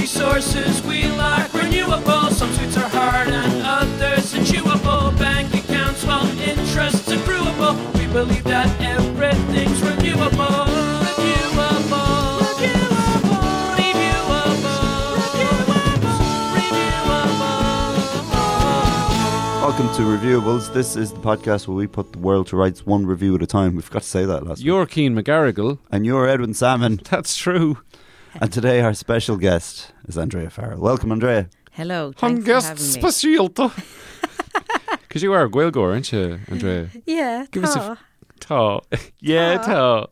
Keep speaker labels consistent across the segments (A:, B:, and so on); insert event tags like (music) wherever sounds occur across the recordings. A: verses we like renewable. Some sweets are hard and others are chewable. Bank accounts while interest accruable. We believe that everything's renewable. Renewable. Renewable. Renewable.
B: Welcome to Reviewables. This is the podcast where we put the world to rights one review at a time. We've got to say that last week.
C: You're Keen McGarrigle.
B: And you're Edwin Salmon.
C: That's true.
B: And today our special guest is Andrea Farrell. Welcome, Andrea.
D: Hello, thanks for
C: Hungest
D: having me.
C: Specialta.
D: (laughs)
C: Because you are a Gwilgore, aren't you, Andrea?
D: yeah, oh,
C: Give us a
D: tá.
C: (laughs) Ta. Yeah, ta.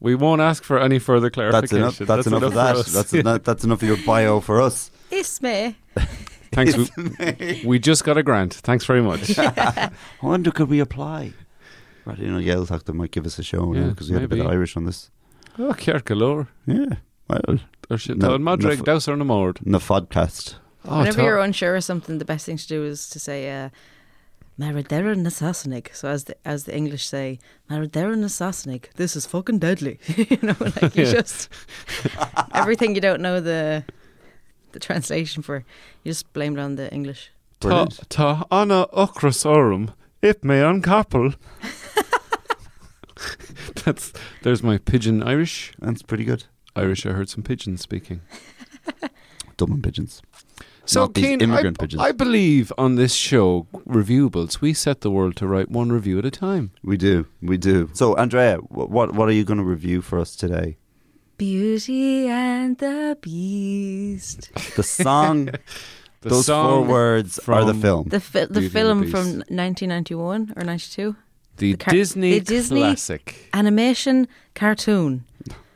C: We won't ask for any further
B: That's
C: clarification.
B: enough. That's, enough, of
C: for
B: that.
C: us.
B: That's
C: (laughs)
B: enough. That's enough of your bio for us.
D: Is me.
C: Thanks. We, we just got a grant. Thanks very
B: (laughs)
C: much.
B: I wonder could we apply? Right, you know, Yale talk that might give us a show
C: Yeah,
B: because we had a bit of
C: maybe.
B: Irish on this.
C: oh, Ciar Calor.
B: Yeah. Well,
C: Or shit.
B: No,
C: No, Madrig,
B: no.
C: Dowser and Amord.
B: no podcast.
C: Oh,
D: Whenever
C: ta.
D: you're unsure of something, the best thing to do is to say uh, "Maradera Nasasnik." So as the as the English say, "Maradera Nasasnik," this is fucking deadly. (laughs) you know, like you
C: Yeah.
D: just everything you don't know the the translation for, you just blame it on the English.
C: Ta,
B: Brilliant.
C: ta ana ocrasorum, it may
D: (laughs)
C: uncouple. That's there's my pigeon Irish.
B: That's pretty good.
C: Irish, I heard some pigeons speaking.
B: Dublin pigeons.
C: So,
B: Not these
C: Keane,
B: immigrant
C: I,
B: pigeons.
C: I believe on this show, Reviewables, we set the world to right one review at a time.
B: We do. We do. So, Andrea, wh- what what are you going to review for us today?
D: Beauty and the Beast.
B: The
C: (laughs)
B: song.
C: The
B: those four
C: song,
B: words are the
C: from
B: film.
D: The fi- the
C: Beauty and the
D: film
C: Beast.
D: from 1991 or 92.
C: the,
D: the car-
C: Disney
D: the Disney-
C: classic.
D: Animation cartoon.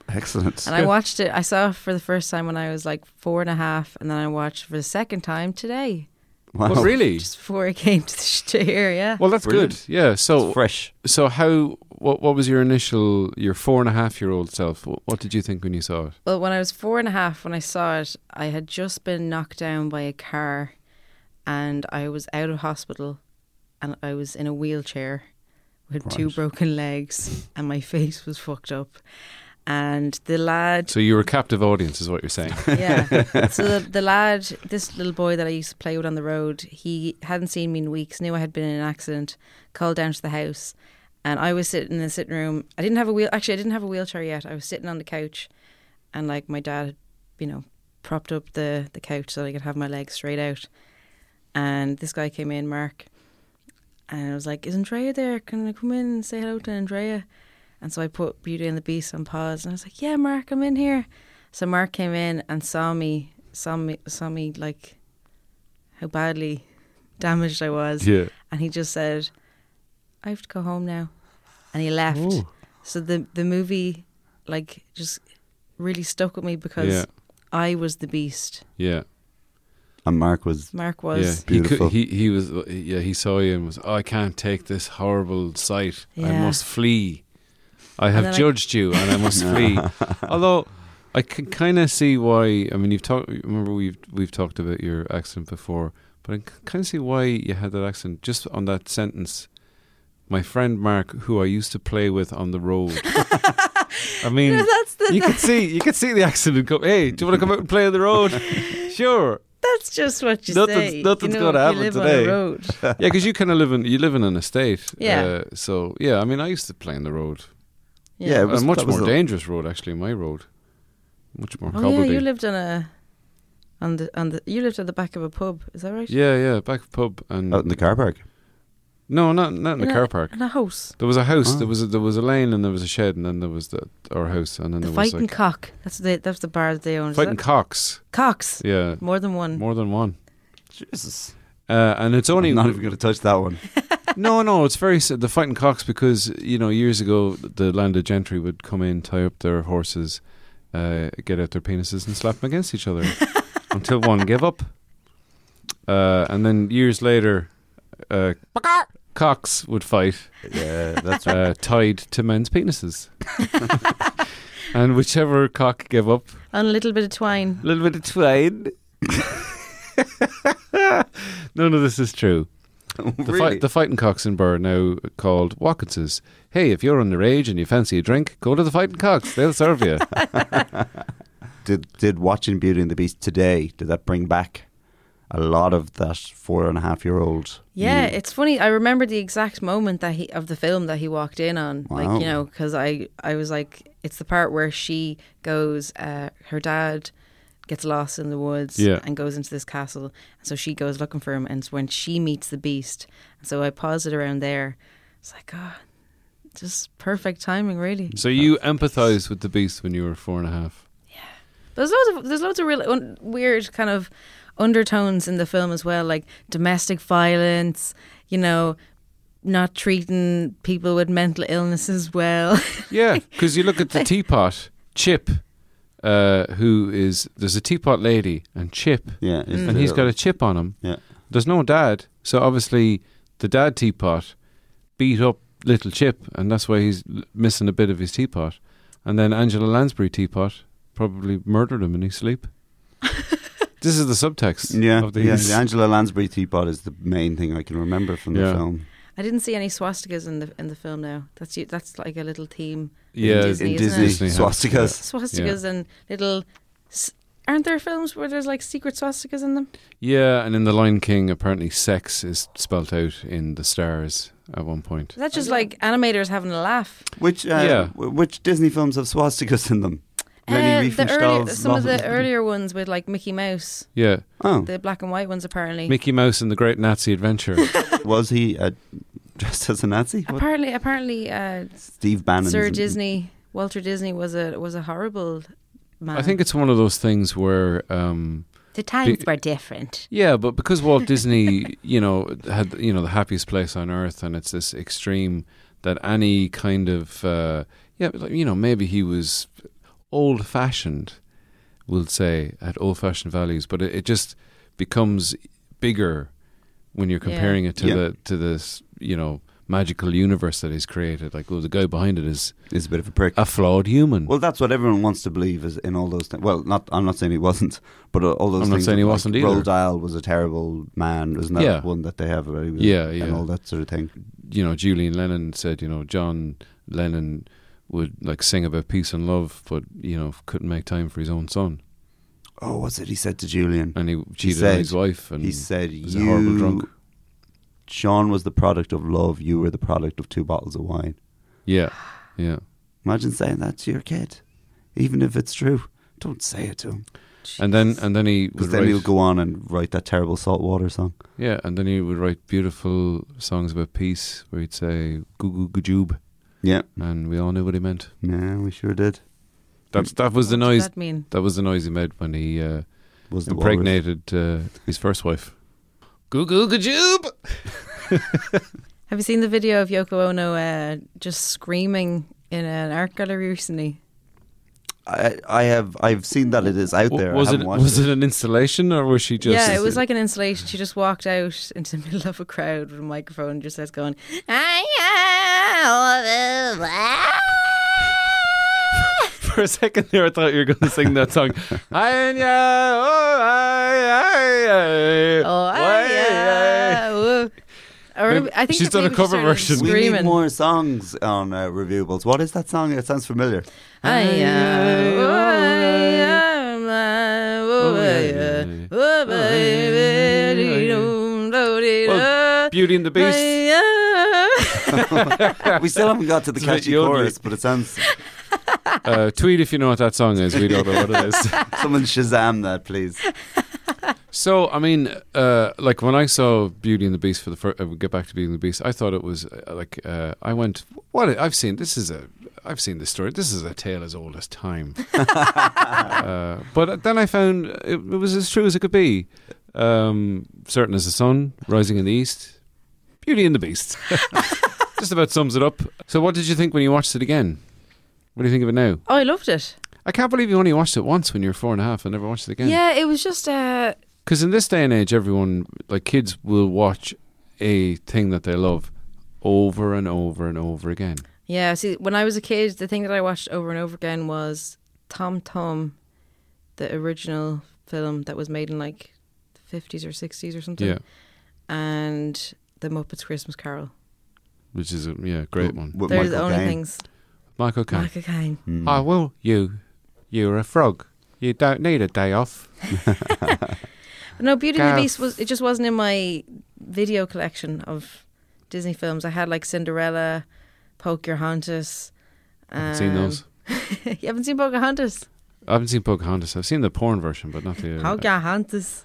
B: Excellent.
D: And I watched it. I saw it for the first time when I was like four and a half, and then I watched it for the second time today,
B: Wow.
C: Oh, really?
D: just before it came to, the sh- to here. Yeah,
C: Well, that's
B: Brilliant.
C: good. Yeah. So,
B: Fresh.
C: so how? What, what was your initial, your four and a half year old self? What, what did you think when you saw it?
D: Well, when I was four and a half, when I saw it, I had just been knocked down by a car and I was out of hospital and I was in a wheelchair with two broken legs and my face was fucked up. And the lad,
C: So you were a captive audience, is what you're saying.
D: yeah. so the, the lad, this little boy that I used to play with on the road, he hadn't seen me in weeks, knew I had been in an accident, called down to the house. And I was sitting in the sitting room. I didn't have a wheel. Actually, I didn't have a wheelchair yet. I was sitting on the couch and like my dad had, you know, propped up the the couch so I could have my legs straight out. And this guy came in, Mark, and I was like, "Is Andrea there? Can I come in and say hello to Andrea?" And so I put Beauty and the Beast on pause, and I was like, "Yeah, Mark, I'm in here." So Mark came in and saw me, saw me, saw me like how badly damaged I was,
C: (laughs) Yeah.
D: and he just said, "I have to go home now," and he left.
C: Oh.
D: So the the movie, like, just really stuck with me because
C: Yeah.
D: I was the beast.
C: Yeah.
B: And Mark was.
D: Mark
C: Yeah, he,
D: was.
B: Beautiful.
C: could, he he was yeah he saw you and was oh, I can't take this horrible sight. I
D: Yeah.
C: must flee. I have
D: then I-
C: judged you and I must flee. Although I can kind of see why. I mean, you've talked. Remember, we've we've talked about your accent before, but I can kind of see why you had that accent just on that sentence. My friend Mark, who I used to play with on the road.
D: (laughs)
C: I mean,
D: That's the.
C: you could see you could see the accent and go, "Hey, do you want to come out and play on the
D: (laughs)
C: road?" sure.
D: That's just what you
C: Nothing's-
D: say.
C: nothing's
D: you know,
C: gonna
D: if
C: happen
D: you live On
C: today.
D: a
C: (laughs)
D: road.
C: yeah, because you kind of live in you live in an estate.
D: Yeah.
C: Uh, so yeah, I mean, I used to play on the road.
B: Yeah,
D: Yeah.
B: it was
C: a much
B: that was
C: more
B: the-
C: dangerous road, actually. My road, much more
D: Oh yeah,
C: cobbledy.
D: you lived on a. On the on the you lived at the back of a pub, is that right?
C: yeah, yeah, back pub and
B: Out in the car park.
C: no, not not in the
D: In a-
C: car park.
D: In a house.
C: There was a house.
B: Oh.
C: There was a, there was a lane, and there was a shed, and then there was the our house, and then
D: The
C: there was
D: fighting
C: like
D: cock. That's the that's the bar that they own. is
C: fighting
D: that- Mm.
C: cocks.
D: cocks.
C: Yeah,
D: More than one.
C: more than one.
B: Jesus.
C: Uh, and it's only
B: I'm (laughs) not even going to touch that one.
C: no, no, it's very s- the fighting cocks because you know years ago the landed gentry would come in, tie up their horses, uh, get out their penises, and slap them against each
B: (laughs)
C: other until one gave up. Uh, and then years later, uh, cocks would fight,
B: (laughs) Yeah, that's right.
C: uh, tied to men's
B: (laughs)
C: penises, (laughs) and whichever cock gave up,
D: And a little bit of twine.
C: a little bit of twine. None of this is (laughs) true. The,
B: Really?
C: fight, the Fighting Cocks in Burr, now called Watkinses. (laughs) Hey, if you're underage and you fancy a drink, go to the Fighting Cocks. They'll serve you.
B: did did watching Beauty and the Beast today? Did that bring back a lot of that four and a half year old?
D: Yeah,
B: you?
D: it's funny. I remember the exact moment that he of the film that he walked in on.
B: Wow.
D: Like you know, because I I was like, it's the part where she goes. Uh, her dad gets lost in the woods
C: Yeah.
D: and goes into this castle, and so she goes looking for him. And it's when she meets the beast, and so I paused it around there. It's like, oh, just perfect timing, really.
C: So you empathized with the beast when you were four and a half.
D: There's loads of there's loads of real un, weird kind of undertones in the film as well, like domestic violence, you know, not treating people with mental illnesses well. (laughs)
C: Yeah, (laughs) because you look at the teapot, Chip, uh, who is there's a teapot lady and Chip,
B: Yeah, it's
C: Mm. and he's got a chip on him.
B: yeah.
C: There's no dad, so obviously the dad teapot beat up little Chip, and that's why he's l- missing a bit of his teapot. And then Angela Lansbury teapot probably murdered him in his sleep. this is the subtext.
B: Yeah,
C: of
B: yeah.
C: these.
B: The Angela Lansbury teapot is the main thing I can remember from the
C: Yeah.
B: film.
D: I didn't see any swastikas in the in the film now. That's you, that's like a little theme.
C: Yeah,
D: in
B: in
D: Disney, isn't
B: Disney,
D: it?
C: Disney has-
B: swastikas.
D: Swastikas and little. s- Aren't there films where there's like secret swastikas in them?
C: Yeah, and in The Lion King, apparently sex is spelt out in the stars at one point.
D: Is that just like animators having a laugh?
B: Which uh,
C: Yeah.
B: w- which Disney films have swastikas in them? Leni
D: Uh, Um, the earlier,
B: Riefenstahl's
D: some of the
B: novel.
D: earlier ones with like Mickey Mouse,
C: Yeah,
B: Oh,
D: the black and white ones apparently.
C: Mickey Mouse and the Great Nazi Adventure.
B: was he uh, dressed as a Nazi? What?
D: Apparently, apparently, uh,
B: Steve Bannon.
D: Sir Disney, Walter Disney was a was a horrible man.
C: I think it's one of those things where, um,
D: the times
C: be-
D: were different.
C: yeah, but because Walt Disney, you know, had you know the happiest place on earth, and it's this extreme that any kind of uh, yeah, like, you know, maybe he was old fashioned, we'll say, had old fashioned values, but it, it just becomes bigger when you're
D: Yeah.
C: comparing it to
B: Yeah.
C: the to this you know magical universe that he's created. Like, oh, the guy behind it is
B: is a bit of a prick.
C: a flawed human.
B: Well, that's what everyone wants to believe is in all those things. Well, not I'm not saying he wasn't, but uh, all those
C: I'm not
B: things.
C: saying he
B: of, like,
C: wasn't either.
B: Roald Dahl was a terrible man, isn't that
C: Yeah.
B: one that they have? Where he was,
C: Yeah,
B: and
C: yeah.
B: all that sort of thing.
C: you know, Julian Lennon said, you know, John Lennon would like sing about peace and love, but you know, couldn't make time for his own son,
B: Oh, what's it he said to Julian?
C: and he cheated
B: said-
C: on his wife, and
B: he said,
C: was
B: "You,
C: a horrible drunk."
B: Sean was the product of love. You were the product of two bottles of wine."
C: Yeah, yeah.
B: Imagine saying that to your kid, even if it's true. Don't say it to him,
C: And then and then he would
B: because then
C: write,
B: he'll go on and write that terrible saltwater song.
C: yeah, and then he would write beautiful songs about peace, where he'd say "goo goo goo joob,"
B: Yeah,
C: and we all knew what he meant.
B: yeah, we sure did.
C: That's that was the
D: What does
C: noise.
D: that mean?
C: That was the noise he made when he uh,
B: Was the walrus.
C: impregnated uh, his first wife. Goo goo goo joob.
D: Have you seen the video of Yoko Ono uh, just screaming in an art gallery recently?
B: I, I have I've seen that it is out
C: W-
B: there. I
C: Was
B: haven't
C: it
B: watched
C: was it an installation or was she just?
D: yeah, it was like an installation. She just walked out (laughs) into the middle of a crowd with a microphone and just
C: (laughs)
D: starts going,
C: For a second there, I thought you were going to sing that song. Ay, yeah, oh, ay, ay,
D: Oh,
C: why, ay.
D: yeah. woo." I, remember- I think
C: She's
D: the
C: done a
D: baby just
C: cover
D: started
C: version.
B: We need
D: Screaming.
B: more songs on uh, reviewables. What is that song? It sounds
C: (laughs)
B: familiar.
D: Oh, Oh, Beauty
C: Beauty and the Beast.
B: we still haven't got to the
C: It's a bit
B: catchy
C: yodeling.
B: chorus, but it sounds
C: Uh, tweet if you know what that song is. We don't know what it is.
B: someone Shazam that, please.
C: So, I mean, uh, like when I saw Beauty and the Beast for the first, uh, we get back to Beauty and the Beast, I thought it was uh, like uh, I went, what I've seen. This is a, I've seen this story. This is a tale as old as time. uh, but then I found it, it was as true as it could be. Um, certain as the sun rising in the east, Beauty and the Beast. (laughs) Just about sums it up. So, what did you think when you watched it again? What do you think of it now?
D: Oh, I loved it.
C: I can't believe you only watched it once when you were four and a half and never watched it again.
D: Yeah, it was just uh,
C: Because in this day and age, everyone, like kids, will watch a thing that they love over and over and over again.
D: yeah. See, when I was a kid, the thing that I watched over and over again was Tom Tom, the original film that was made in like the fifties or sixties or something,
C: Yeah,
D: and The Muppets Christmas Carol.
C: which is a yeah great one.
B: With Hmm.
D: They're
B: Michael
D: the only
B: Caine.
D: things.
C: Michael Caine.
D: Michael Caine.
C: I will you. You're a frog. You don't need a day off.
D: No, Beauty and
C: Gav.
D: the Beast was it just wasn't in my video collection of Disney films. I had like Cinderella, Pocahontas.
C: I haven't seen
D: um, (laughs)
C: those.
D: you haven't seen Pocahontas?
C: I haven't seen Pocahontas. I've seen the porn version, but not the. Uh,
D: Pocahontas.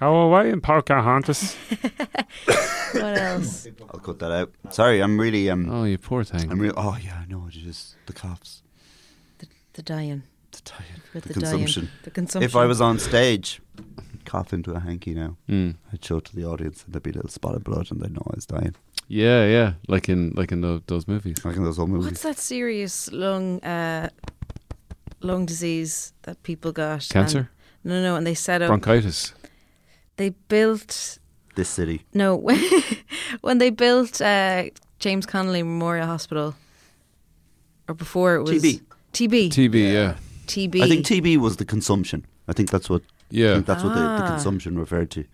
C: Go away in Pocahontas.
D: What else?
B: I'll cut that out. Sorry, I'm really um,
C: (laughs) oh, you poor
B: I'm
C: thing.
B: real. Oh yeah, I know. It is the coughs,
D: The dying.
B: the diet,
D: With
B: the,
D: the,
B: consumption.
D: Dying. The consumption.
B: If I was on stage, I'd cough into a hanky now.
C: Mm.
B: I'd show it to the audience, and there'd be a little spot of blood, and they'd know I was dying.
C: Yeah, yeah. Like in like in tho- those movies.
B: Like in those old movies.
D: What's that serious lung uh, lung disease that people got?
C: Cancer,
D: And, no, no, and they set up.
C: bronchitis.
D: They built
B: This city.
D: no (laughs) when they built uh, James Connolly Memorial Hospital, or before it was
B: TB.
D: TB.
C: TB. Yeah,
D: TB.
B: I think TB was the consumption. I think that's what. I
C: yeah.
B: think that's what the,
D: Ah.
B: the consumption referred to.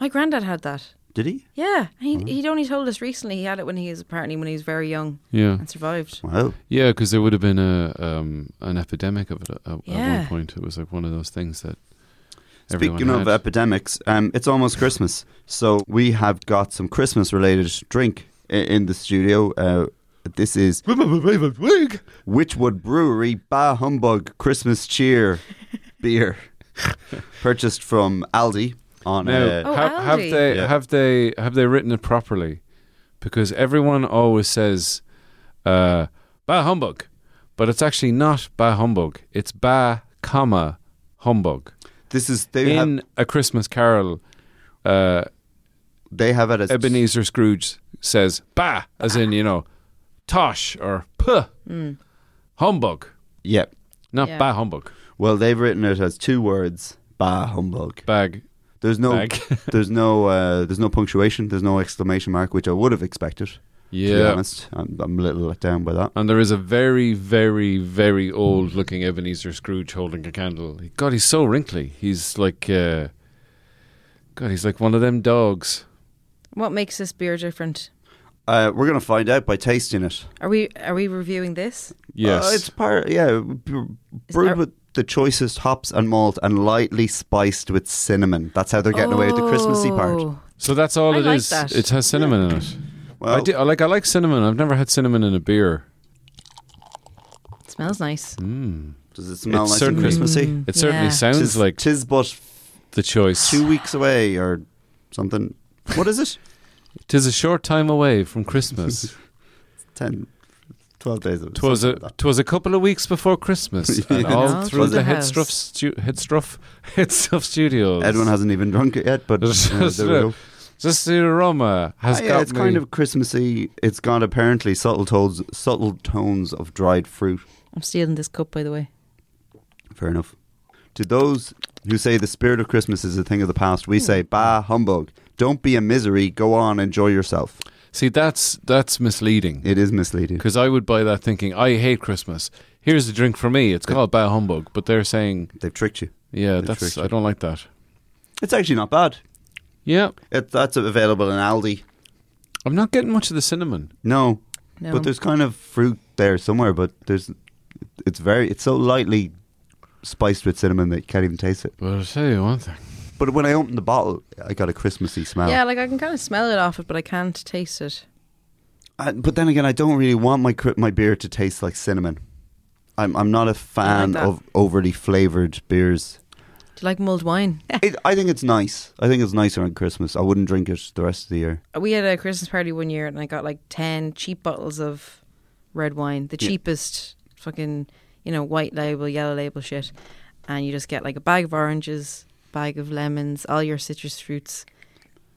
D: My granddad had that.
B: Did he?
D: Yeah, he
B: Hmm.
D: he'd only told us recently he had it when he was apparently when he was very young
C: yeah.
D: and survived.
B: Wow.
C: Yeah, because there would have been a um, an epidemic of it at, at one
D: Yeah.
C: point. It was like one of those things that. everyone
B: Speaking of
C: had.
B: epidemics, um, it's almost Christmas, so we have got some Christmas-related drink i- in the studio. Uh, this is Witchwood Brewery Bah Humbug Christmas
C: (laughs)
B: Cheer beer, purchased from Aldi on.
C: now,
B: uh,
D: Oh,
C: ha- have
D: Aldi.
C: they
B: Yeah.
C: have they have they written it properly? Because everyone always says, uh, "Bah humbug," but it's actually not "Bah humbug." It's "Bah comma humbug."
B: this is they
C: In
B: have
C: a Christmas Carol, uh,
B: they have it as
C: Ebenezer Scrooge says "Bah," as in you know, "Tosh" or "Puh,"
D: Mm.
C: humbug,
B: Yeah.
C: not
D: Yeah.
C: "Bah humbug."
B: Well, they've written it as two words. Bah humbug.
C: Bag
B: There's no,
C: Bag. (laughs)
B: there's no, uh, there's no punctuation. There's no exclamation mark, which I would have expected. To be
C: Yeah.
B: honest, I'm, I'm a little let down by that.
C: And there is a very, very, very old looking Ebenezer Scrooge holding a candle. God, he's so wrinkly. He's like, uh, God, he's like one of them dogs.
D: What makes this beer different?
B: Uh, we're gonna find out by tasting it.
D: Are we are we reviewing this?
C: Yes.
B: Uh, it's part. Yeah, b- brewed
D: there-
B: with the choicest hops and malt, and lightly spiced with cinnamon. That's how they're getting away with the Christmassy part.
D: Oh.
C: so that's all
D: I
C: it is.
D: like that.
C: It has cinnamon in it.
B: Well,
C: I, do, I like. I like cinnamon. I've never had cinnamon in a beer.
D: It smells nice.
B: Hmm. does it smell
C: It's
B: nice and
C: certainly-
B: Christmassy?
C: It certainly
D: Yeah.
C: sounds
B: Tis-
C: like
B: tis but
C: the choice.
B: two weeks away or something. What is
C: (laughs)
B: it?
C: Tis a short time away from
B: (laughs)
C: Christmas.
B: 10, 12 days. of-
C: Twas a
B: something like that.
C: twas a couple of weeks
B: (laughs)
C: before Christmas, and
B: Yeah.
C: all
D: All
C: through
D: through
C: the
D: the
C: Headstuff
D: house.
C: stu- Headstuff (laughs) Headstuff Studios.
B: Edwin hasn't even drunk it yet,
C: (laughs)
B: but uh, there we go.
C: Just the aroma has
B: Ah,
C: got
B: yeah, it's
C: me.
B: kind of Christmassy. It's got apparently subtle tones, subtle tones of dried fruit.
D: I'm stealing this cup by the way.
B: Fair enough. To those who say the spirit of Christmas is a thing of the past, we
D: Hmm.
B: say, bah, humbug. Don't be a misery. Go on, enjoy yourself.
C: See, that's that's misleading
B: It is misleading.
C: because I would buy that thinking I hate Christmas. Here's a drink for me. It's called Bah Humbug, but they're saying,
B: They've tricked you.
C: yeah,
B: They
C: that's
B: tricked
C: I don't like that.
B: It's actually not bad.
C: Yeah,
B: It, that's available in Aldi.
C: I'm not getting much of the cinnamon.
B: No,
D: No.
B: but there's kind of fruit there somewhere. But there's, it's very, it's so lightly spiced with cinnamon that you can't even taste it.
C: But I'll tell you one thing.
B: But when I opened the bottle, I got a Christmassy smell.
D: Yeah, like I can kind of smell it off it, but I can't taste it.
B: Uh, but then again, I don't really want my cri- my beer to taste like cinnamon. I'm I'm not a fan
D: that.
B: of overly flavored beers.
D: Do you like mulled wine?
B: It, I think it's nice. I think it's nice around Christmas. I wouldn't drink it the rest of the year.
D: we had a Christmas party one year and I got like 10 cheap bottles of red wine, the
B: Yeah.
D: cheapest fucking, you know, white label, yellow label shit. And you just get like a bag of oranges, bag of lemons, all your citrus fruits,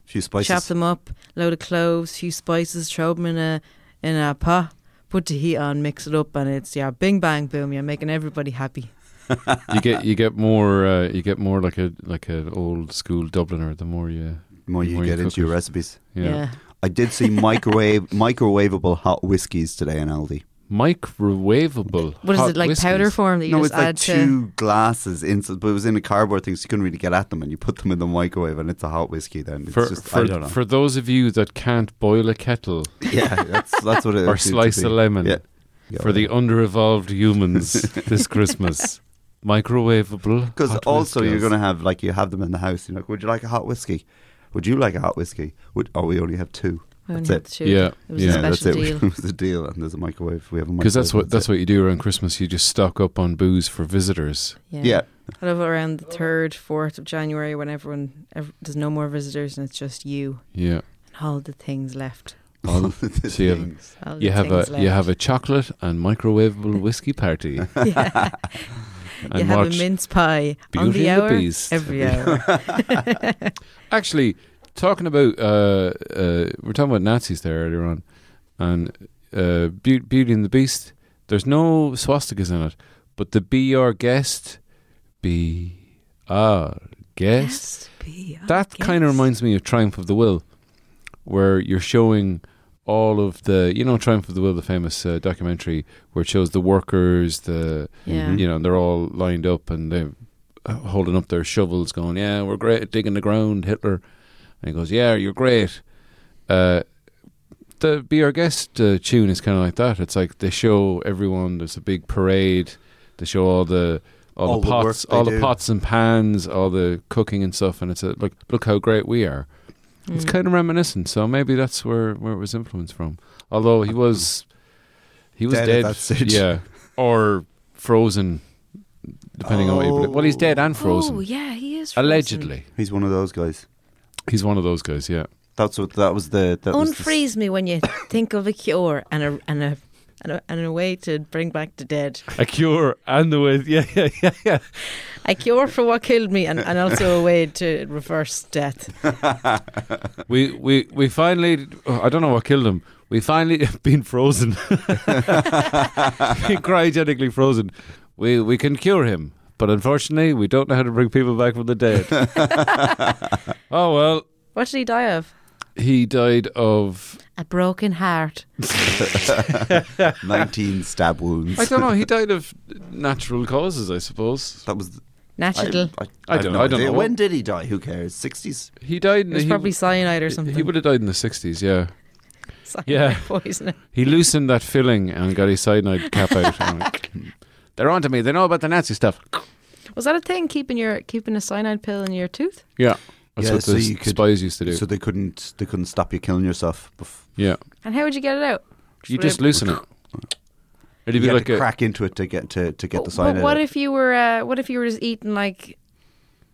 B: A few spices.
D: chop them up, load of cloves, few spices, throw them in a in a pot, put the heat on, mix it up, and it's yeah, bing bang boom, you're making everybody happy.
C: You get you get more uh, you get more like a like an old school Dubliner. The more you
B: the more
C: the
B: you
C: more you
B: get
C: cook
B: into your
C: it.
B: recipes.
C: yeah,
D: yeah.
B: I did see microwave
D: (laughs)
B: microwavable hot whiskies today in Aldi.
C: microwavable.
D: What is
C: hot
D: it like
C: whiskies.
D: powder form that you
B: no,
D: just
B: it's like
D: add to?
B: two glasses inside, but it was in a cardboard thing, so you couldn't really get at them. And you put them in the microwave, and it's a hot whiskey. Then it's
C: For,
B: just I don't
C: for,
B: know.
C: for those of you that can't boil a kettle
B: (laughs) yeah, that's that's what it
C: or
B: seems to
C: slice
B: be.
C: a lemon,
B: Yeah. Yeah,
C: for the under evolved humans this Christmas. microwavable.
B: Because
C: hot
B: also
C: whiskies.
B: you're going to have like you have them in the house. You're like, would you like a hot whiskey? Would you like a hot whiskey? Would oh we only have two.
D: We only
B: That's
D: had
B: it.
D: the two.
C: Yeah,
D: It was
C: yeah.
D: a
B: yeah, that's
D: special
B: it.
D: deal.
B: it was a deal, and (laughs) there's a microwave. We have a microwave.
C: because that's what that's what you do around Christmas. You just stock up on booze for visitors.
B: it. (laughs) Yeah,
D: I love around the third, fourth of January when everyone ev there's no more visitors and it's just you
C: Yeah,
D: and all the things left.
C: All
B: The
C: so you have-
B: things.
D: All
C: you
D: the
C: have a
D: things
C: you
D: left. (laughs)
C: have a chocolate and microwavable whiskey party, and
D: yeah. you have a
C: watch
D: mince pie on
C: Beauty
D: the
C: and the
D: hour
C: Beast. (laughs)
D: every hour.
C: Actually, talking about uh, uh, we're talking about Nazis there earlier on, and uh, Be- Beauty and the Beast. There's no swastikas in it, but the be our guest, be our guest. That kind of reminds me of Triumph of the Will, where you're showing all of the you know Triumph of the Will, the famous uh, documentary where it shows the workers, the
D: Yeah.
C: you know they're all lined up and they're uh, holding up their shovels, going, "Yeah, we're great at digging the ground, Hitler," and he goes, "Yeah, you're great." Uh, the Be Our Guest uh, tune is kind of like that. It's like they show everyone. There's a big parade. They show all the all,
B: All
C: the
B: the work
C: pots,
B: they
C: all the
B: do.
C: pots and pans, all the cooking and stuff. And it's a, look, look how great we are. It's
D: Mm.
C: kind of reminiscent. So maybe that's where where it was influenced from. Although he was he was
B: Dead
C: dead.
B: at that stage.
C: Yeah, or frozen, depending on what you believe. Well, he's dead and frozen.
D: Oh yeah, he is frozen.
C: Allegedly,
B: (laughs) He's one of those guys.
C: he's one of those guys. Yeah.
B: That's what that was the that was the-
D: Unfreeze me when you think of a cure and a and a and a, and a way to bring back the dead.
C: A cure and the way, yeah, yeah, yeah, yeah.
D: A cure for what killed me and, and also a way to reverse death.
C: We we we finally. oh, I don't know what killed him. We finally (laughs) been frozen, Been cryogenically frozen. We we can cure him, but unfortunately, we don't know how to bring people back from the dead. oh well,
D: What did he die of?
C: he died of.
D: A broken heart.
B: 19 stab wounds.
D: (laughs)
C: I don't know. He died of natural causes, I suppose.
B: that was. I,
D: Natural.
B: I,
C: I
B: have
C: don't-
B: no
C: I don't
B: idea.
C: know.
B: When did he die? Who cares? 60s.
C: He died.
D: It was
C: he,
D: probably cyanide or something.
C: He would have died in the sixties. Yeah.
D: (laughs) Cyanide
C: yeah.
D: poisoning.
C: He loosened that filling and got his cyanide cap out. And went, They're onto me. They know about the Nazi stuff.
D: Was that a thing? Keeping your keeping a cyanide pill in your tooth?
C: Yeah. That's
B: Yeah,
C: what
B: so
C: the
B: you could-
C: spies used to do.
B: So they couldn't they couldn't stop you killing yourself. Bef-
C: yeah.
D: And how would you get it out?
C: You
D: Would
C: just
D: it-
C: loosen it. It'd be
B: you had
C: like
B: to
C: a.
B: crack into it to get to, to get the
D: But-
B: sign
D: But
B: out.
D: what if you were? Uh, what if you were just eating like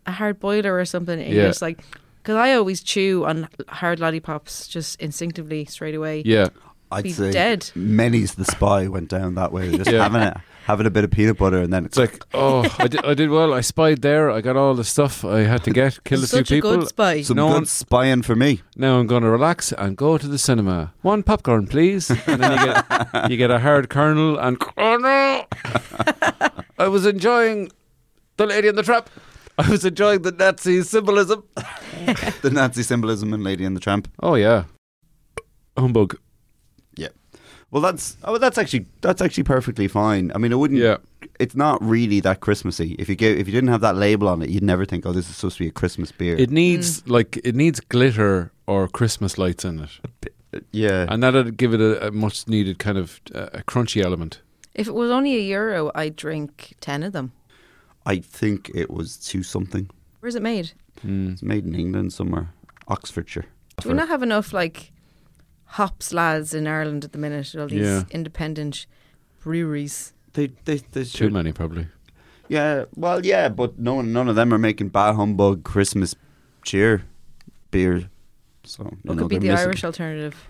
D: a hard boiler or something? And
C: Yeah.
D: you're just like, because I always chew on hard lollipops just instinctively straight away.
C: Yeah.
B: I'd
D: he's
B: say
D: dead.
B: many's the spy went down that way. Just
C: (laughs) Yeah.
B: having it, having a bit of peanut butter and then
C: It's like, oh, I did, I did well. I spied there. I got all the stuff I had to get. Killed a few
D: Such a
C: people.
D: good spy.
B: some
C: no
B: good
C: one-
B: spying for me.
C: Now I'm going to relax and go to the cinema. One popcorn, please. And then you
B: (laughs)
C: get you get a hard kernel and oh no, I was enjoying the Lady in the Trap. (laughs) I was enjoying the Nazi symbolism.
B: (laughs) The Nazi symbolism in Lady and the Tramp.
C: Oh yeah, humbug.
B: Well, that's oh, that's actually that's actually perfectly fine. I mean, it wouldn't.
C: Yeah.
B: It's not really that Christmassy. If you go, if you didn't have that label on it, you'd never think, oh, this is supposed to be a Christmas beer.
C: It needs
D: Mm.
C: like it needs glitter or Christmas lights in it,
B: Uh, yeah.
C: and that'd give it a, a much needed kind of uh, a crunchy element.
D: If it was only a euro, I'd drink ten of them.
B: I think it was two something.
D: Where's it made?
B: It's made in England somewhere, Oxfordshire.
D: Do we not have enough like hops lads in Ireland at the minute? All these
C: Yeah.
D: independent breweries.
B: They, they, they
C: Too many, probably.
B: Yeah, well, yeah, but no, none of them are making bad humbug Christmas cheer beer. So you
D: What
B: know,
D: could be
B: they're
D: the
B: missing-
D: Irish alternative?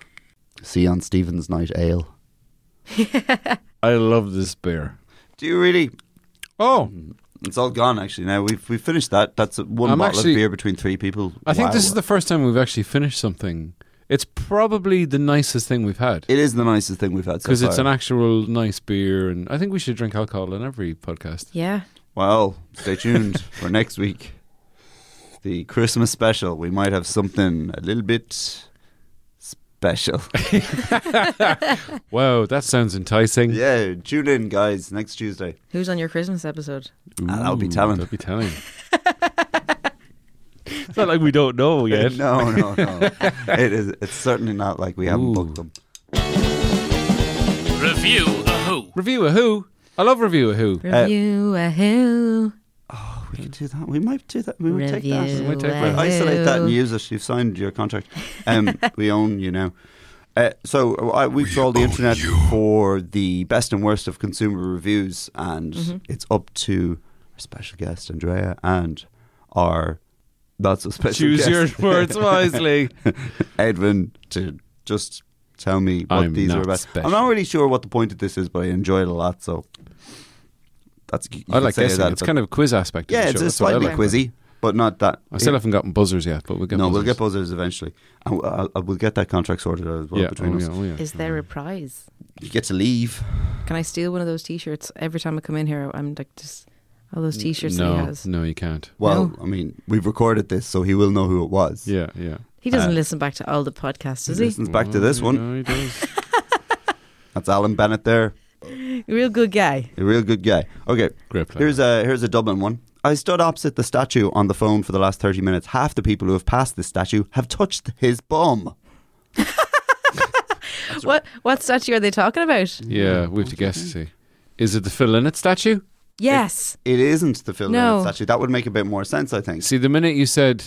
B: See on Stevens Night Ale.
C: I love this beer.
B: Do you really?
C: Oh,
B: It's all gone actually. Now we've we finished that. That's one
C: I'm
B: bottle
C: actually-
B: of beer between three people.
C: I think
B: Wow.
C: this is the first time we've actually finished something. It's probably the nicest thing we've had
B: It is the nicest thing we've had so
C: because it's an
B: far.
C: actual nice beer, and I think we should drink alcohol in every podcast.
D: Yeah.
B: well, stay tuned for next week, the Christmas special. We might have something a little bit special. (laughs)
C: Wow, that sounds enticing.
B: yeah, tune in, guys. Next Tuesday,
D: Who's on your Christmas episode?
C: Ooh,
B: I'll Ah, be telling.
C: I'll be telling.
B: (laughs)
C: it's not like we don't know
B: (laughs)
C: yet.
B: No, no,
C: (laughs)
B: no. it is. It's certainly not like we haven't
C: Ooh.
B: booked them.
A: Review a who.
C: Review a who. I love review of
B: Uh,
C: who.
D: Review a who.
B: Oh, we could do that. We might do that. We would take that.
D: Review
C: We might take
D: a
C: that.
B: Well, isolate that and
D: who.
B: use it. You've signed your contract. Um, we own you now. Uh, so I, we trawled the internet for the best and worst of consumer reviews, and it's up to our special guest Andrea and our not so special
C: Choose your
B: guest, (laughs)
C: words wisely.
B: Edwin, to just tell me what
C: I'm
B: these are
C: not
B: about.
C: special.
B: I'm not really sure what the point of this is, but I enjoy it a lot. So that's you
C: I
B: could
C: like
B: say
C: guessing.
B: that,
C: It's
B: but-
C: kind of a quiz aspect.
B: yeah, it's
C: of the
B: a
C: show. That's what I
B: slightly
C: like.
B: quizzy, but not that.
C: I still haven't gotten buzzers yet, but we'll get.
B: no,
C: buzzers.
B: we'll get buzzers eventually, and we'll, I'll- I'll- we'll get that contract sorted out as well
C: Yeah,
B: between
C: oh,
B: us.
C: yeah, oh, yeah.
D: Is there a prize?
B: You get to leave.
D: Can I steal one of those T-shirts every time I come in here? I'm like just all those T-shirts
C: No,
D: that he has.
C: no, you can't.
B: Well,
D: No.
B: I mean, we've recorded this, so he will know who it was.
C: Yeah, yeah.
D: He doesn't
B: Uh,
D: listen back to all the podcasts, does
B: he
D: he?
B: listens back to this
C: Well,
B: one.
C: No, Oh, he does.
B: (laughs) That's Alan Bennett there,
D: Real good guy.
B: a real good guy. Okay,
C: Great player.
B: here's a here's a Dublin one. I stood opposite the statue on the phone for the last thirty minutes. Half the people who have passed this statue have touched his bum.
D: What what statue are they talking about?
C: yeah, we have to guess to see. Is it the Phil Lynott statue?
D: Yes,
B: It isn't the Phil
D: No.
B: Lynott statue. That would make a bit more sense, I think.
C: See, the minute you said,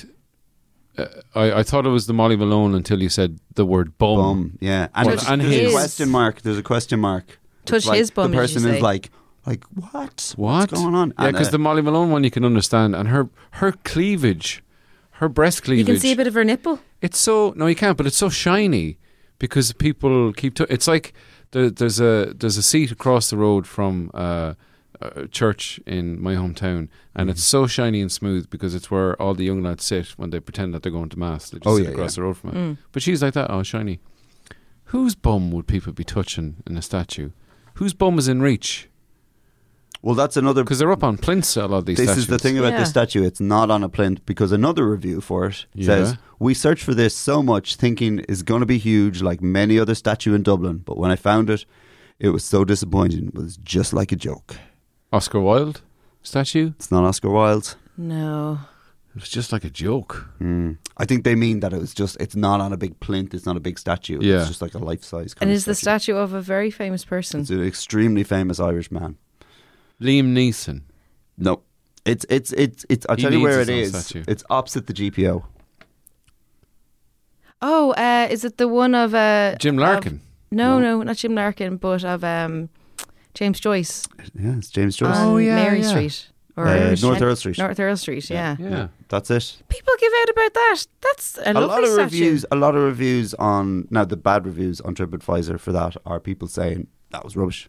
C: uh, I, I thought it was the Molly Malone until you said the word bum.
B: bum. Yeah, and,
C: Well,
B: there's,
C: and
B: there's
D: his-
B: a question mark. There's a question mark.
D: Touch
B: It's like
D: his bum,
B: The
D: did
B: person
D: you
B: is
D: say?
B: like, like what?
C: What?
B: What's going on?
C: Yeah,
B: And,
C: because
B: uh,
C: the Molly Malone one you can understand, and her her cleavage, her breast
D: you
C: cleavage.
D: can see a bit of her nipple.
C: It's so no, you can't. But it's so shiny because people keep. To, it's like there, there's a there's a seat across the road from uh, a church in my hometown, and it's
B: Mm-hmm.
C: so shiny and smooth because it's where all the young lads sit when they pretend that they're going to mass. They just
B: Oh,
C: sit
B: yeah,
C: across
B: yeah.
C: the road from it. But she's like that. Oh, shiny. Whose bum would people be touching in a statue? Whose bum is in reach?
B: well, that's another.
C: Because they're up on plinths. A lot of these.
B: This is the
C: statues.
B: thing about
D: Yeah.
B: this statue. It's not on a plinth because another review for it
C: Yeah.
B: says we searched for this so much, thinking it's going to be huge, like many other statue in Dublin. But when I found it, it was so disappointing. It was just like a joke.
C: Oscar Wilde statue.
B: It's not Oscar Wilde's.
D: No,
C: It was just like a joke.
B: Mm. I think they mean that it was just. It's not on a big plinth. It's not a big statue.
C: Yeah.
B: It's just like a life size.
D: and is the statue of a very famous person.
B: It's an extremely famous Irish man.
C: Liam Neeson.
B: No, it's it's it's it's. I'll
C: He
B: tell you
C: needs
B: where
C: his
B: it
C: own
B: is.
C: statue.
B: It's opposite the GPO.
D: Oh, uh, is it the one of uh,
C: Jim
D: of-
C: Larkin.
D: no, no, not Jim Larkin, but of um, James Joyce
B: Yeah, it's James Joyce.
D: on
C: Oh, yeah,
D: Mary
C: yeah.
D: Street or
B: Uh,
D: Sh-
B: North Earl Street.
D: North Earl Street, yeah.
C: Yeah.
B: That's it.
D: People give out about that. That's
B: a
D: a, lovely
B: lot of
D: statue.
B: reviews. A lot of reviews on now the bad reviews on TripAdvisor for that are people saying that was rubbish,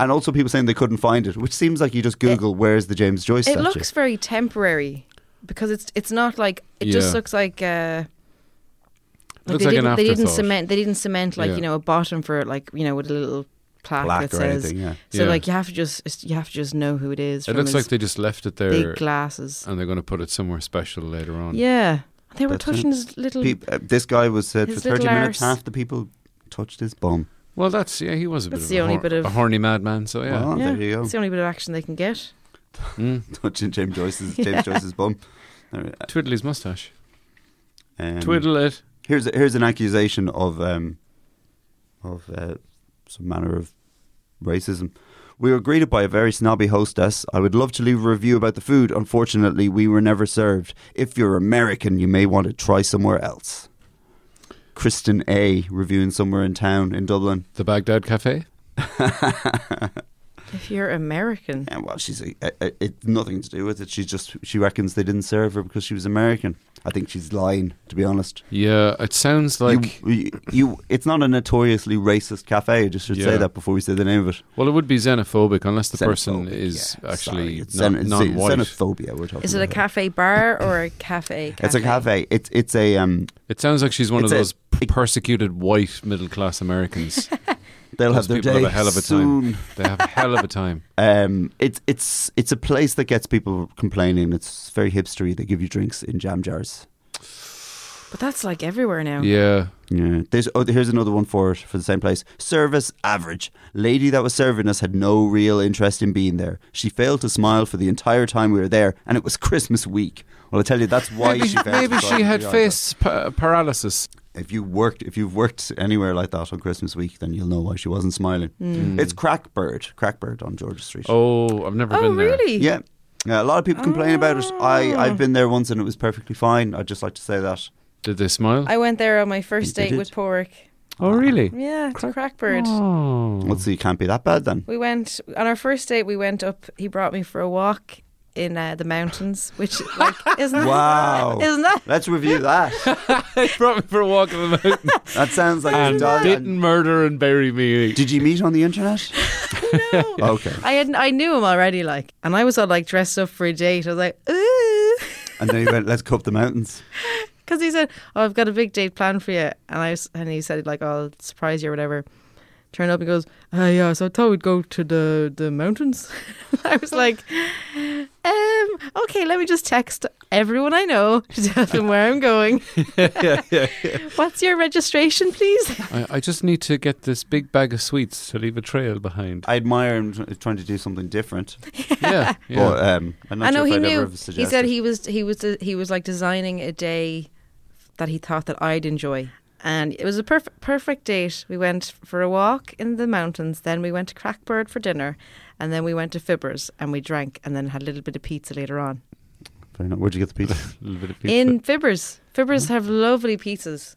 B: and also people saying they couldn't find it, which seems like you just Google where's the James Joyce
D: It
B: statue.
D: looks very temporary because it's it's not like it
C: Yeah.
D: just looks like. Uh,
C: It looks
D: they,
C: like an
D: didn't, they didn't
C: afterthought.
D: cement. They didn't cement like
C: Yeah.
D: you know a bottom for it, like you know with a little plaque,
B: black
D: that
B: or
D: says.
B: anything. Yeah,
D: So
C: Yeah.
D: like you have to just you have to just know who it is.
C: It
D: from
C: looks
D: his
C: like they just left it there
D: big glasses.
C: and they're going to put it somewhere special later on.
D: Yeah, they
B: That's
D: were
B: it.
D: touching his little.
B: Peop- uh, this guy was said
D: Mm. His
B: for thirty
D: little
B: minutes.
D: arse.
B: Half the people touched his bum.
C: Well, that's, yeah, he was a bit
D: That's
C: of,
D: the
C: a,
D: only
C: hor-
D: bit of-
C: a horny madman, so Oh, yeah.
B: Well,
D: yeah,
B: Oh, there you go.
D: It's the only bit of action they can get.
C: Mm.
B: (laughs) Touching James Joyce's
D: (laughs)
B: James Joyce's bum. There-
C: Twiddle his mustache.
B: Um,
C: Twiddle it.
B: Here's a, here's an accusation of um, of uh, some manner of racism. We were greeted by a very snobby hostess. I would love to leave a review about the food. Unfortunately, we were never served. If you're American, you may want to try somewhere else. Kristen A. reviewing somewhere in town in Dublin.
C: The Baghdad Cafe.
D: If you're American,
B: And well, she's a, a, a, it's nothing to do with it. She's just she reckons they didn't serve her because she was American. I think she's lying, to be honest.
C: Yeah, it sounds like.
B: you, you, you- it's not a notoriously racist cafe. I just should
C: Yeah.
B: say that before we say the name of it.
C: well, it would be xenophobic unless the person
B: Xenophobic,
C: is
B: yeah, sorry.
C: actually
B: It's
C: not,
B: xen- it's
C: non white.
B: Xenophobia. We're talking.
D: is it a
B: about
D: cafe bar or a cafe?
B: (laughs) It's a cafe. It's it's a um.
C: It sounds like she's one
B: It's
C: of
B: a-
C: those p- persecuted white middle
B: (laughs)
C: class Americans.
B: They'll have
C: Those
B: their
C: people
B: day
C: have a hell of a
B: soon.
C: time. they have a hell of a
D: (laughs)
C: time.
B: Um, it's it's it's a place that gets people complaining. It's very hipstery. They give you drinks in jam jars.
D: But that's like everywhere now.
C: Yeah.
B: Yeah. There's oh, here's another one for it for the same place. Service average. Lady that was serving us had no real interest in being there. She failed to smile for the entire time we were there, and it was Christmas week. Well, I tell you, that's why
C: Maybe,
B: she failed. to
C: maybe
B: smile
C: she had
B: for the
C: face pa- paralysis.
B: if you worked if you've worked anywhere like that on Christmas week, then you'll know why she wasn't smiling. It's Crackbird, Crackbird on George Street.
C: Mm. Oh, I've never
D: Oh,
C: been there.
D: really?
B: Yeah. Yeah, a lot of people complain about it. I,
C: Ah.
B: I've been there once and it was perfectly fine. I'd just like to say that.
C: Did they smile?
D: I went there on my first
B: They
D: date with
B: did.
D: Pork.
C: oh, really?
D: Yeah, it's
C: Crack-
D: Crackbird.
C: Oh.
B: Well, so you can't be that bad then.
D: We went on our first date. We went up. He brought me for a walk in uh, the mountains, which
B: (laughs)
D: like isn't
B: Wow.
D: that, isn't that
B: Let's
C: (laughs)
B: review that.
C: they brought me for a walk in the
B: (laughs)
C: mountain
B: That sounds like
C: and
B: you've done-
C: didn't murder and bury me.
B: Did you meet on the internet?
D: no?
B: (laughs) Okay.
D: I had I knew him already, like, and I was all like dressed up for a date. I was like, ooh, (laughs)
B: And then you went, let's go up the mountains.
D: because he said, "Oh, I've got a big date planned for you," and I was, and he said like, "Oh, I'll surprise you or whatever." Turned up and goes, uh, yeah, so I thought we'd go to the the mountains. (laughs) I was like, um, okay, let me just text everyone I know to tell them where I'm going. (laughs) What's your registration, please?
C: I, I just need to get this big bag of sweets to leave a
B: (laughs)
C: trail behind.
B: I admire him tr- trying to do something different.
C: yeah. yeah.
B: But um, I'm not
D: I know
B: sure if
D: he
B: I'd ever
D: knew.
B: have
D: He said
B: suggested.
D: he was he was uh, he was like designing a day that he thought that I'd enjoy, and it was a perfect perfect date. We went for a walk in the mountains, then we went to Crackbird for dinner, and then we went to Fibbers and we drank, and then had a little bit of pizza later on
B: Fair enough. Where'd you get the pizza? Mm.
C: a little bit of pizza.
D: in Fibbers. Fibbers have lovely pizzas.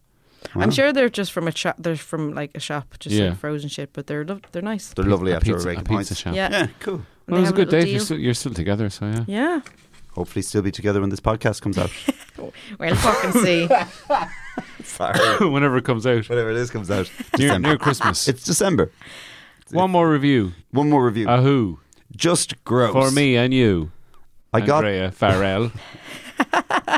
B: Wow.
D: (laughs) I'm sure they're just from a shop. They're from like a shop, just
C: Yeah.
D: like frozen shit, but they're lo- they're nice.
B: They're lovely
C: a
B: after
C: pizza,
B: a
C: a
B: rake of
C: pizza
B: pints.
C: shop.
D: Yeah.
B: Yeah, cool.
D: And
C: Well, it was
D: they
C: a
D: have
C: good
D: little
C: date. You're
D: deal.
C: still, you're still together, so yeah.
D: Yeah.
B: Hopefully, still be together when this podcast comes
D: (laughs)
B: out.
D: We'll fucking
B: (laughs)
D: see.
B: Sorry. (laughs)
C: (laughs) Whenever it comes out,
B: Whatever it is comes out.
C: near,
B: December.
C: near Christmas.
B: It's December.
C: One more review.
B: One more review.
C: A who
B: Just gross.
C: Uh, for me and you,
B: I got
C: Andrea
D: (laughs)
C: Farrell.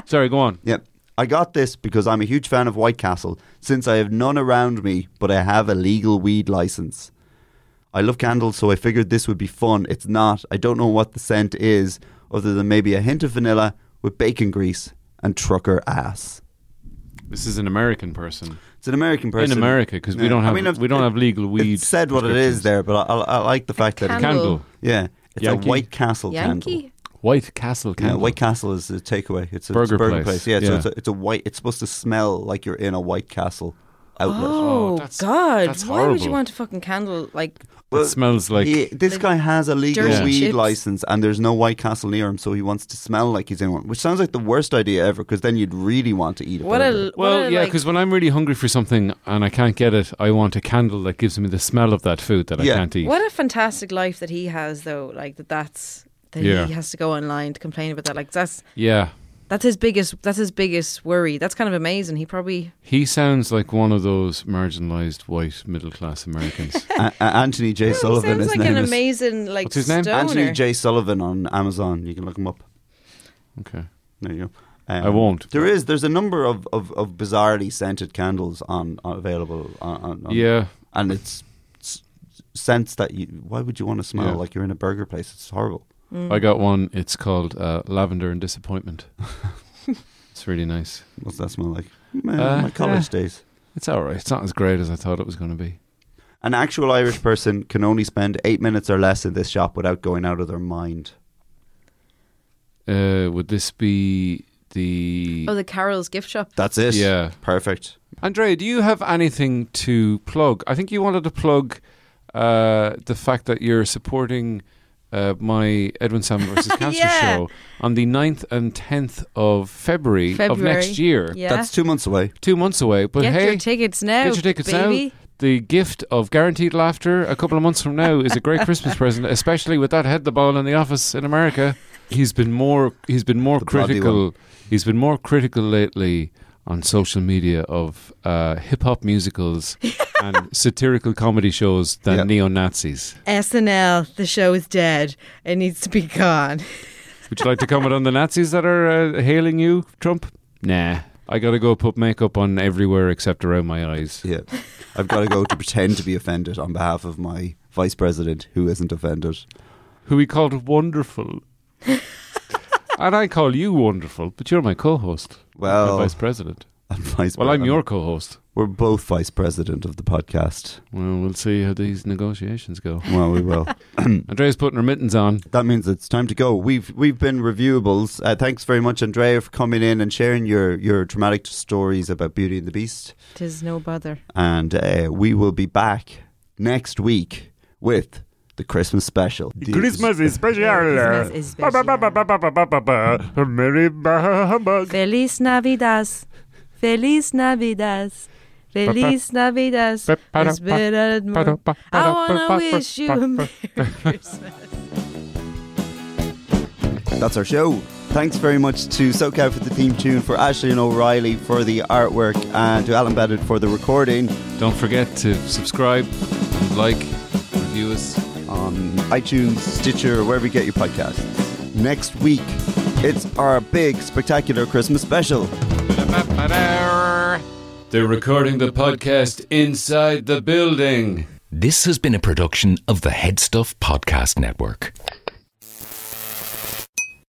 C: Sorry, go on.
B: Yeah. I got this because I'm a huge fan of White Castle since I have none around me, but I have a legal weed license. I love candles, so I figured this would be fun. It's not. I don't know what the scent is, other than maybe a hint of vanilla with bacon grease and trucker ass.
C: This is an American person
B: It's an American person.
C: in America because we
B: Yeah.
C: don't
B: I
C: have
B: mean, I've-
C: we don't have legal weed.
B: It said what it is
C: prescriptions.
B: there, but I, I, I like the fact that it,
D: Candle.
C: Candle,
B: yeah, it's
C: Yankee.
B: a White Castle candle.
D: Yankee.
C: White Castle
B: Yeah,
C: candle.
B: White Castle is a takeaway. It's a
C: Burger
B: it's a burger
C: place.
B: place. Yeah, so
C: Yeah.
B: it's a, it's a white. It's supposed to smell like you're in a White Castle outlet.
C: Oh,
D: Oh,
C: that's-
D: God!
C: that's
D: Why would
C: horrible.
D: you want a fucking candle? Like,
C: It smells like
B: He- this
D: Like
B: guy has a legal
D: dirty
B: weed
D: chips.
B: license, and there's no White Castle near him, so he wants to smell like he's in one, which sounds like the worst idea ever. Because then you'd really want to eat. A
D: what
B: burger.
D: a what
C: Well,
D: a,
C: yeah,
D: like-
C: because when I'm really hungry for something and I can't get it, I want a candle that gives me the smell of that food that
B: Yeah.
C: I can't eat.
D: what a fantastic life that he has, though. Like that, that's that
C: Yeah.
D: he has to go online to complain about that. Like that's
C: Yeah,
D: that's his biggest that's his biggest worry. That's kind of amazing. He probably
C: he sounds like one of those marginalized white middle class
D: (laughs)
C: Americans.
B: A- a- uh, Anthony J. Sullivan.
D: sounds
B: His
D: like
B: name
D: an
B: is
D: amazing like
C: What's his name?
D: stoner.
B: Anthony J. Sullivan on Amazon. You can look him up.
C: okay,
B: There you go. Um,
C: I won't.
B: There is. There's a number of, of, of bizarrely scented candles on, on available. On, on, on-
C: Yeah,
B: and it's, it's sense that you. Why would you want to smell
C: Yeah.
B: like you're in a burger place? It's horrible.
D: Mm.
C: I got one. It's called uh, Lavender and (laughs) Disappointment. it's really nice.
B: What's that smell like? Man,
C: Uh,
B: my college
C: eh.
B: days.
C: It's all right. It's not as great as I thought it was going to be.
B: An actual Irish person can only spend eight minutes or less in this shop without going out of their mind.
C: Uh, would this be the?
D: Oh, the Carol's gift shop.
B: That's it.
C: Yeah.
B: Perfect.
C: Andrea, do you have anything to plug? I think you wanted to plug uh, the fact that you're supporting uh, my Edwin
D: (laughs)
C: Salmon versus Cancer
D: Yeah.
C: show on the 9th and 10th of February, of
D: February.
C: next year.
D: Yeah.
B: That's two months away.
C: Two months away, but
D: get
C: hey,
D: your tickets now.
C: get your tickets
D: Oh, baby.
C: now. The gift of guaranteed laughter a couple of months from now is a great Christmas present, especially with that head the ball in the office in America. He's been more he's been more
B: The bloody
C: critical. He's been more critical lately on social media of uh, hip hop musicals and satirical comedy shows than
B: Yeah.
C: neo Nazis.
D: SNL, the show is dead. It needs to be gone.
C: Would you like to comment on the Nazis that are uh, hailing you, Trump? Nah. I gotta go put makeup on everywhere except around my eyes.
B: Yeah. I've got to go to pretend to be offended on behalf of my vice president who isn't offended. (laughs)
C: who he called wonderful.
E: (laughs)
C: and I call you wonderful, but you're my co host.
B: Well-
C: vice president.
B: I'm vice.
C: Well, I'm
B: pre-
C: your co-host.
B: We're both vice president of the podcast.
C: Well, we'll see how these negotiations
D: Hmm.
C: go.
B: Well, we will.
C: Andrea's putting her mittens on.
B: that means it's time to go. We've we've been reviewables. Uh, thanks very much, Andrea, for coming in and sharing your your dramatic stories about Beauty and the Beast.
D: Tis no bother.
B: And uh, we will be back next week with the Christmas special.
D: (laughs)
E: Christmas is
D: Christmas
E: special.
D: is
E: Ba, ba, ba, ba,
D: special.
E: ba, ba, ba, ba, ba. Merry bah- humbug.
D: Feliz Navidas. Feliz Navidas. Feliz Navidas. Esperad mo- I wanna wish you a Merry Christmas.
B: (laughs) That's our show. Thanks very much to SoCal for the theme tune, for Ashley and O'Reilly for the artwork, and to Alan Bennett for the recording
C: Don't forget to subscribe, like, review us.
B: on iTunes, Stitcher, or wherever you get your podcasts. Next week, it's our big, spectacular Christmas special.
C: They're recording the podcast inside the building.
F: This has been a production of the Headstuff Podcast Network.